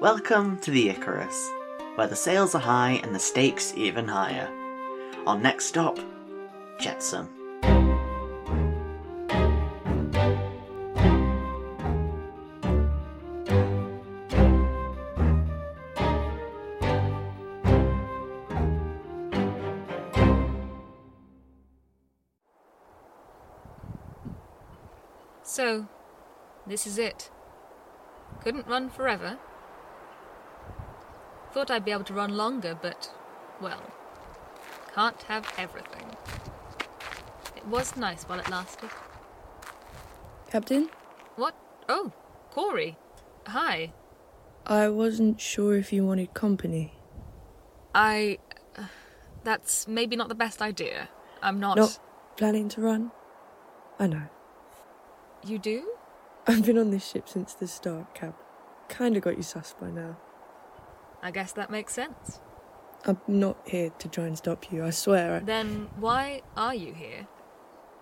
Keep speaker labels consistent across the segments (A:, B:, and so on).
A: Welcome to the Icarus, where the sails are high and the stakes even higher. Our next stop, Jetsam.
B: So, this is it. Couldn't run forever. Thought I'd be able to run longer, but, well, can't have everything. It was nice while it lasted.
C: Captain,
B: What? Oh, Corey. Hi.
C: I wasn't sure if you wanted company.
B: I. that's maybe not the best idea. I'm not.
C: Not planning to run? I know.
B: You do?
C: I've been on this ship since the start, Cap. Kinda got you sus by now.
B: I guess that makes sense.
C: I'm not here to try and stop you, I swear.
B: Then why are you here?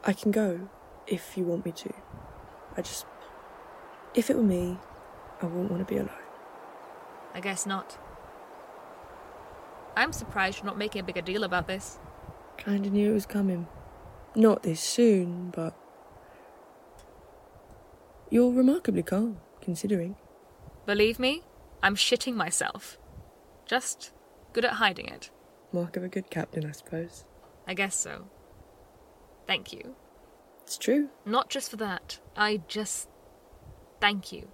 C: I, I can go if you want me to. I just. If it were me, I wouldn't want to be alone.
B: I guess not. I'm surprised you're not making a bigger deal about this.
C: Kinda knew it was coming. Not this soon, but. You're remarkably calm, considering.
B: Believe me, I'm shitting myself. Just good at hiding it.
C: Mark of a good captain, I suppose.
B: I guess so. Thank you.
C: It's true.
B: Not just for that, I just. Thank you.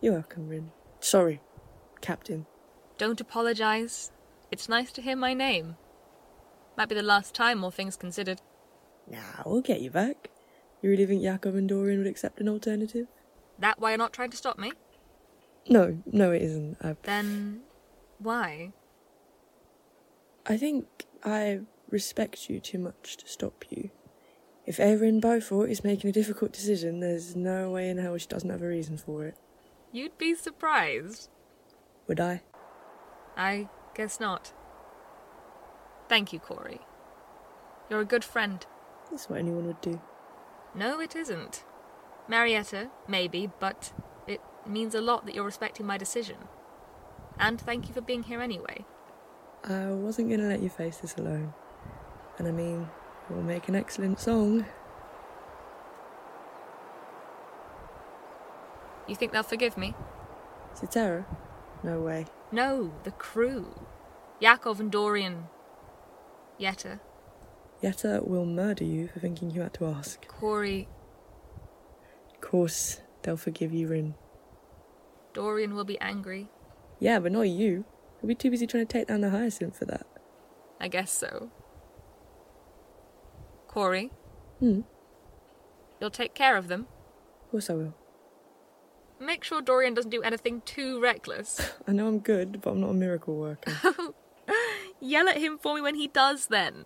C: You're welcome, Rin. Sorry, Captain.
B: Don't apologise. It's nice to hear my name. Might be the last time, all things considered.
C: Nah, we'll get you back. You really think Jakob and Dorian would accept an alternative?
B: That why you're not trying to stop me?
C: No, no, it isn't. I,
B: Then. why?
C: I think I respect you too much to stop you. If Erin Beaufort is making a difficult decision, there's no way in hell she doesn't have a reason for it.
B: You'd be surprised.
C: Would I?
B: I guess not. Thank you, Corey. You're a good friend.
C: That's what anyone would do.
B: No, it isn't. Marietta, maybe, but it means a lot that you're respecting my decision. And thank you for being here anyway.
C: I wasn't going to let you face this alone. And I mean, it will make an excellent song.
B: You think they'll forgive me?
C: Cetera? No way.
B: No, the crew. Yakov and Dorian. Yetta,
C: Yetta will murder you for thinking you had to ask.
B: Corey,
C: course, they'll forgive you, Rin.
B: Dorian will be angry.
C: Yeah, but not you. You'll be too busy trying to take down the hyacinth for that.
B: I guess so. Corey,
C: Hmm, of
B: you'll take care of them.
C: course I will.
B: Make sure Dorian doesn't do anything too reckless.
C: I know I'm good, but I'm not a miracle worker.
B: Yell at him for me when he does, then.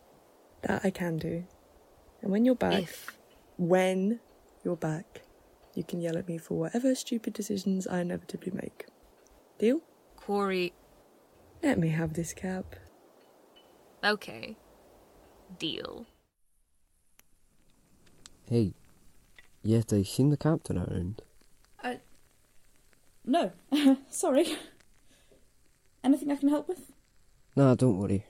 C: that I can do. And when you're back,
B: If.
C: when you're back, you can yell at me for whatever stupid decisions I inevitably make. Deal?
B: Corey,
C: Let me have this cap.
B: Okay. Deal.
D: Hey, yet I seen the captain around.
E: Uh, no, sorry. Anything I can help with?
D: Nah, don't worry.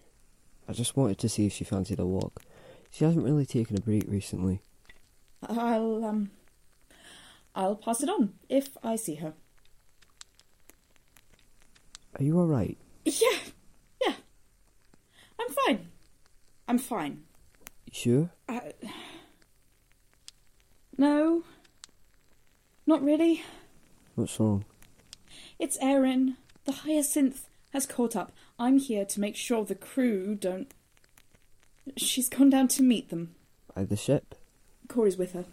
D: I just wanted to see if she fancied a walk. She hasn't really taken a break recently.
E: I'll um, I'll pass it on if I see her.
D: Are you alright?
E: Yeah, yeah. I'm fine. I'm fine.
D: You sure?
E: I... No, not really.
D: What's wrong?
E: It's Erin. The hyacinth has caught up. I'm here to make sure the crew don't. She's gone down to meet them.
D: By the ship?
E: Corey's with her.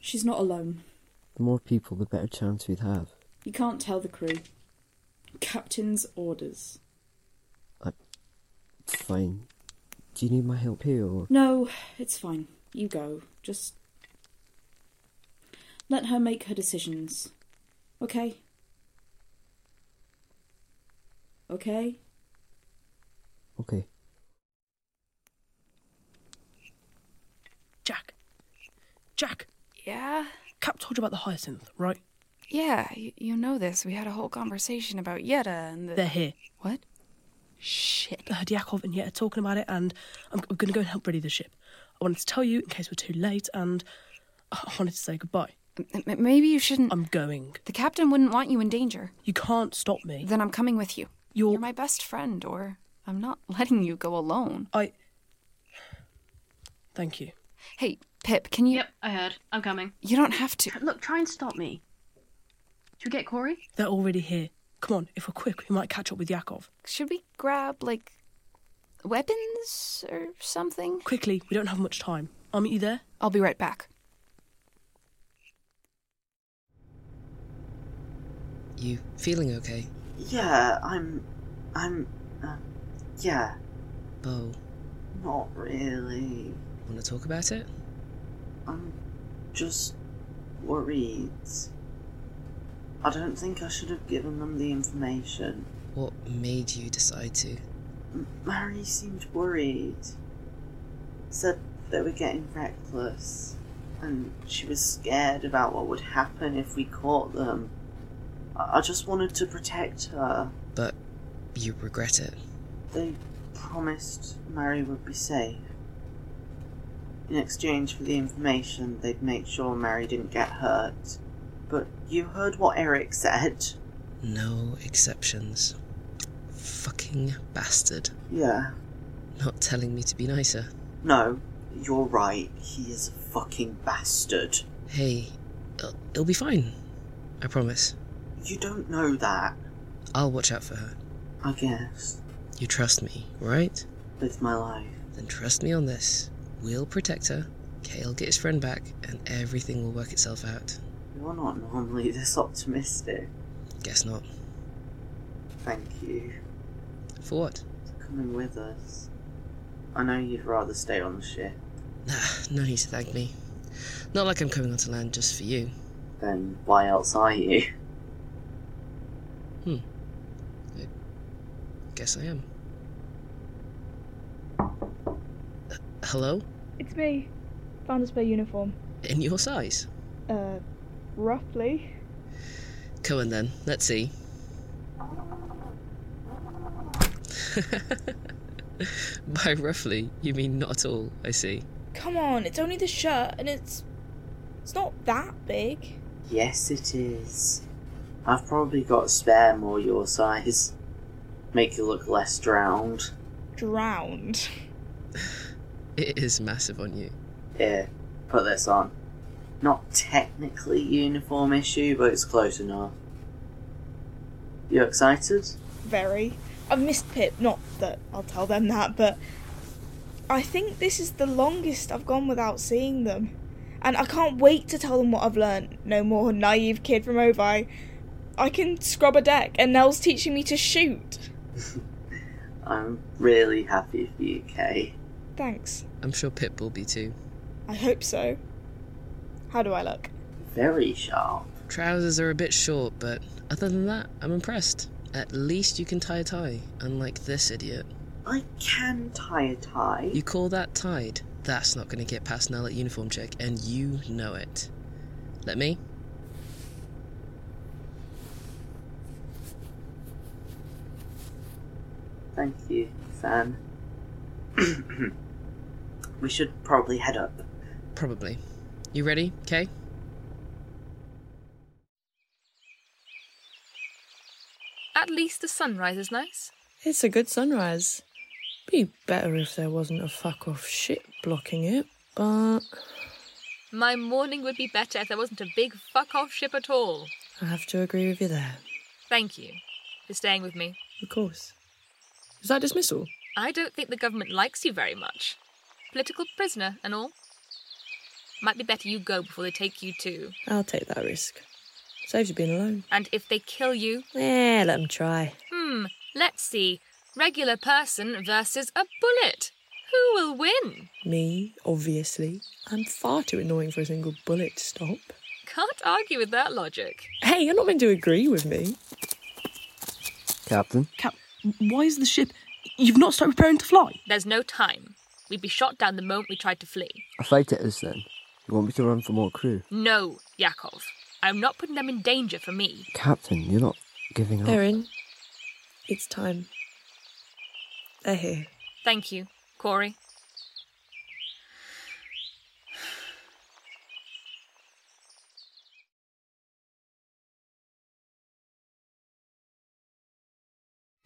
E: She's not alone.
D: The more people, the better chance we'd have.
E: You can't tell the crew. Captain's orders.
D: Fine. Do you need my help here or?
E: No, it's fine. You go. Just let her make her decisions. Okay? Okay?
D: Okay.
F: Jack. Jack.
E: Yeah?
F: Cap told you about the hyacinth, right? Yeah, you, you know this. We had a whole conversation about Yetta and the.
G: They're here.
F: What? Shit.
G: Uh, Diakov and Yet are talking about it, and I'm, I'm going to go and help ready the ship. I wanted to tell you in case we're too late, and I wanted to say goodbye.
F: M- m- maybe you shouldn't.
G: I'm going.
F: the captain wouldn't want you in danger.
G: You can't stop me.
F: Then I'm coming with you.
G: You're.
F: You're my best friend, or I'm not letting you go alone.
G: I. Thank you.
F: Hey, Pip, can you.
H: Yep, I heard. I'm coming.
F: You don't have to.
H: Look, try and stop me. Should we get Corey?
G: They're already here. Come on, if we're quick, we might catch up with Yakov.
F: Should we grab, like, weapons or something?
G: Quickly, we don't have much time. I'll meet you there.
F: I'll be right back.
I: You feeling okay?
A: Yeah, I'm. I'm. Uh, yeah,
I: Bo,
A: not really.
I: wanna talk about it?
A: I'm just worried. I don't think I should have given them the information.
I: What made you decide to?
A: M- Mary seemed worried. Said they were getting reckless, and she was scared about what would happen if we caught them. I, I just wanted to protect her.
I: But you regret it.
A: They promised Mary would be safe. In exchange for the information, they'd make sure Mary didn't get hurt. But you heard what Eric said.
I: No exceptions. Fucking bastard.
A: Yeah.
I: Not telling me to be nicer.
A: No, you're right. He is a fucking bastard.
I: Hey, it'll, it'll be fine. I promise.
A: You don't know that,
I: I'll watch out for her.
A: I guess,
I: You trust me, right?
A: with my life.
I: Then trust me on this. We'll protect her, Kale'll get his friend back, and everything will work itself out.
A: You're not normally this optimistic.
I: Guess not.
A: Thank you
I: For what?
A: for coming with us. I know you'd rather stay on the ship.
I: Nah, no need to thank me. Not like I'm coming onto land just for you.
A: Then why else are you?
I: Guess I am. Uh, hello?
J: It's me. Found a spare uniform.
I: In your size?
J: Uh, roughly.
I: Come on then, let's see. By roughly, you mean not at all, I see.
J: Come on, it's only the shirt, and it's it's not that big.
A: Yes, it is. I've probably got a spare more your size. Make you look less drowned.
J: Drowned.
I: It is massive on you.
A: Here, put this on. Not technically uniform issue, but it's close enough. You excited?
J: Very. I've missed Pip. Not that I'll tell them that, but I think this is the longest I've gone without seeing them, and I can't wait to tell them what I've learned. No more naive kid from Ovi. I can scrub a deck, and Nell's teaching me to shoot.
A: I'm really happy for you, Kay.
J: Thanks.
I: I'm sure Pip will be too.
J: I hope so. How do I look?
A: Very sharp.
I: Trousers are a bit short, but other than that, I'm impressed. At least you can tie a tie, unlike this idiot.
A: I can tie a tie.
I: You call that tied? That's not going to get past Nell at uniform check, and you know it. Let me?
A: Thank you, Sam. we should probably head up.
I: Probably. You ready, Kay?
B: At least the sunrise is nice.
C: It's a good sunrise. Be better if there wasn't a fuck off shit blocking it, but
B: My morning would be better if there wasn't a big fuck off ship at all.
C: I have to agree with you there.
B: Thank you for staying with me.
C: Of course. Is that dismissal?
B: I don't think the government likes you very much. Political prisoner and all. Might be better you go before they take you too.
C: I'll take that risk. Saves you being alone.
B: And if they kill you,
C: Eh, let 'em try.
B: hmm, let's see. Regular person versus a bullet. Who will win?
C: Me, obviously. I'm far too annoying for a single bullet to stop.
B: Can't argue with that logic.
C: Hey, you're not meant to agree with me.
D: Captain?
G: Cap, why is the ship. You've not started preparing to fly?
B: There's no time. We'd be shot down the moment we tried to flee.
D: I fight it is then. You want me to run for more crew?
B: No, Yakov. I'm not putting them in danger for me.
D: Captain, you're not giving up.
C: Erin, it's time. They're here.
B: Thank you, Corey.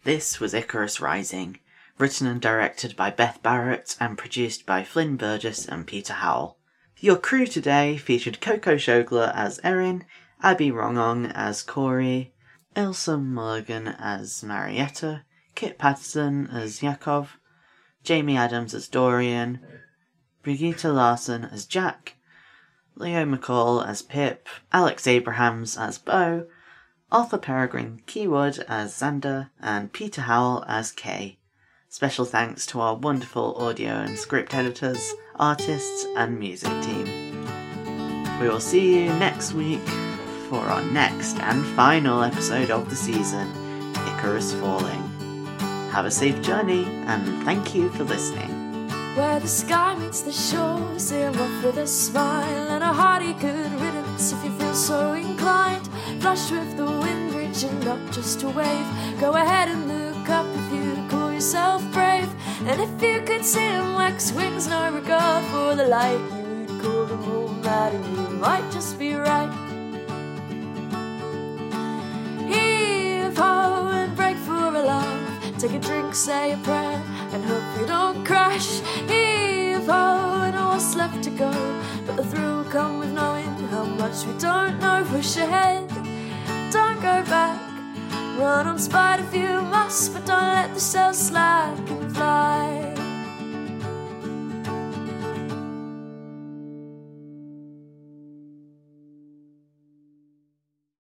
A: This was Icarus Rising, written and directed by Beth Barrett and produced by Flynn Burgess and Peter Howell. Your crew today featured Coco Shogler as Erin, Abby Wrongong as Corey, Ilsa Mulligan as Marietta, Kit Patterson as Yakov, Jamie Adams as Dorian, Brigitte Larson as Jack, Leo McCall as Pip, Alex Abrahams as Bo, Arthur Peregrine Keywood as Xander, and Peter Howell as Kay. Special thanks to our wonderful audio and script editors, artists, and music team. We will see you next week for our next and final episode of the season, Icarus Falling. Have a safe journey, and thank you for listening.
K: Where the sky meets the shore, sail off with a smile and a hearty good riddance if you feel so inclined. Flushed with the wind, reaching up just to wave. Go ahead and look up if you call yourself brave. And if you could see him wax wings, no regard for the light, you would call them all mad and you might just be right. Heave ho and break for a laugh. Take a drink, say a prayer, and hope you don't crash. Heave ho and all that's left to go. But the thrill come with knowing how much we don't know. Push ahead, don't go back. Run on spite if you must, but don't let the sails slack and fly.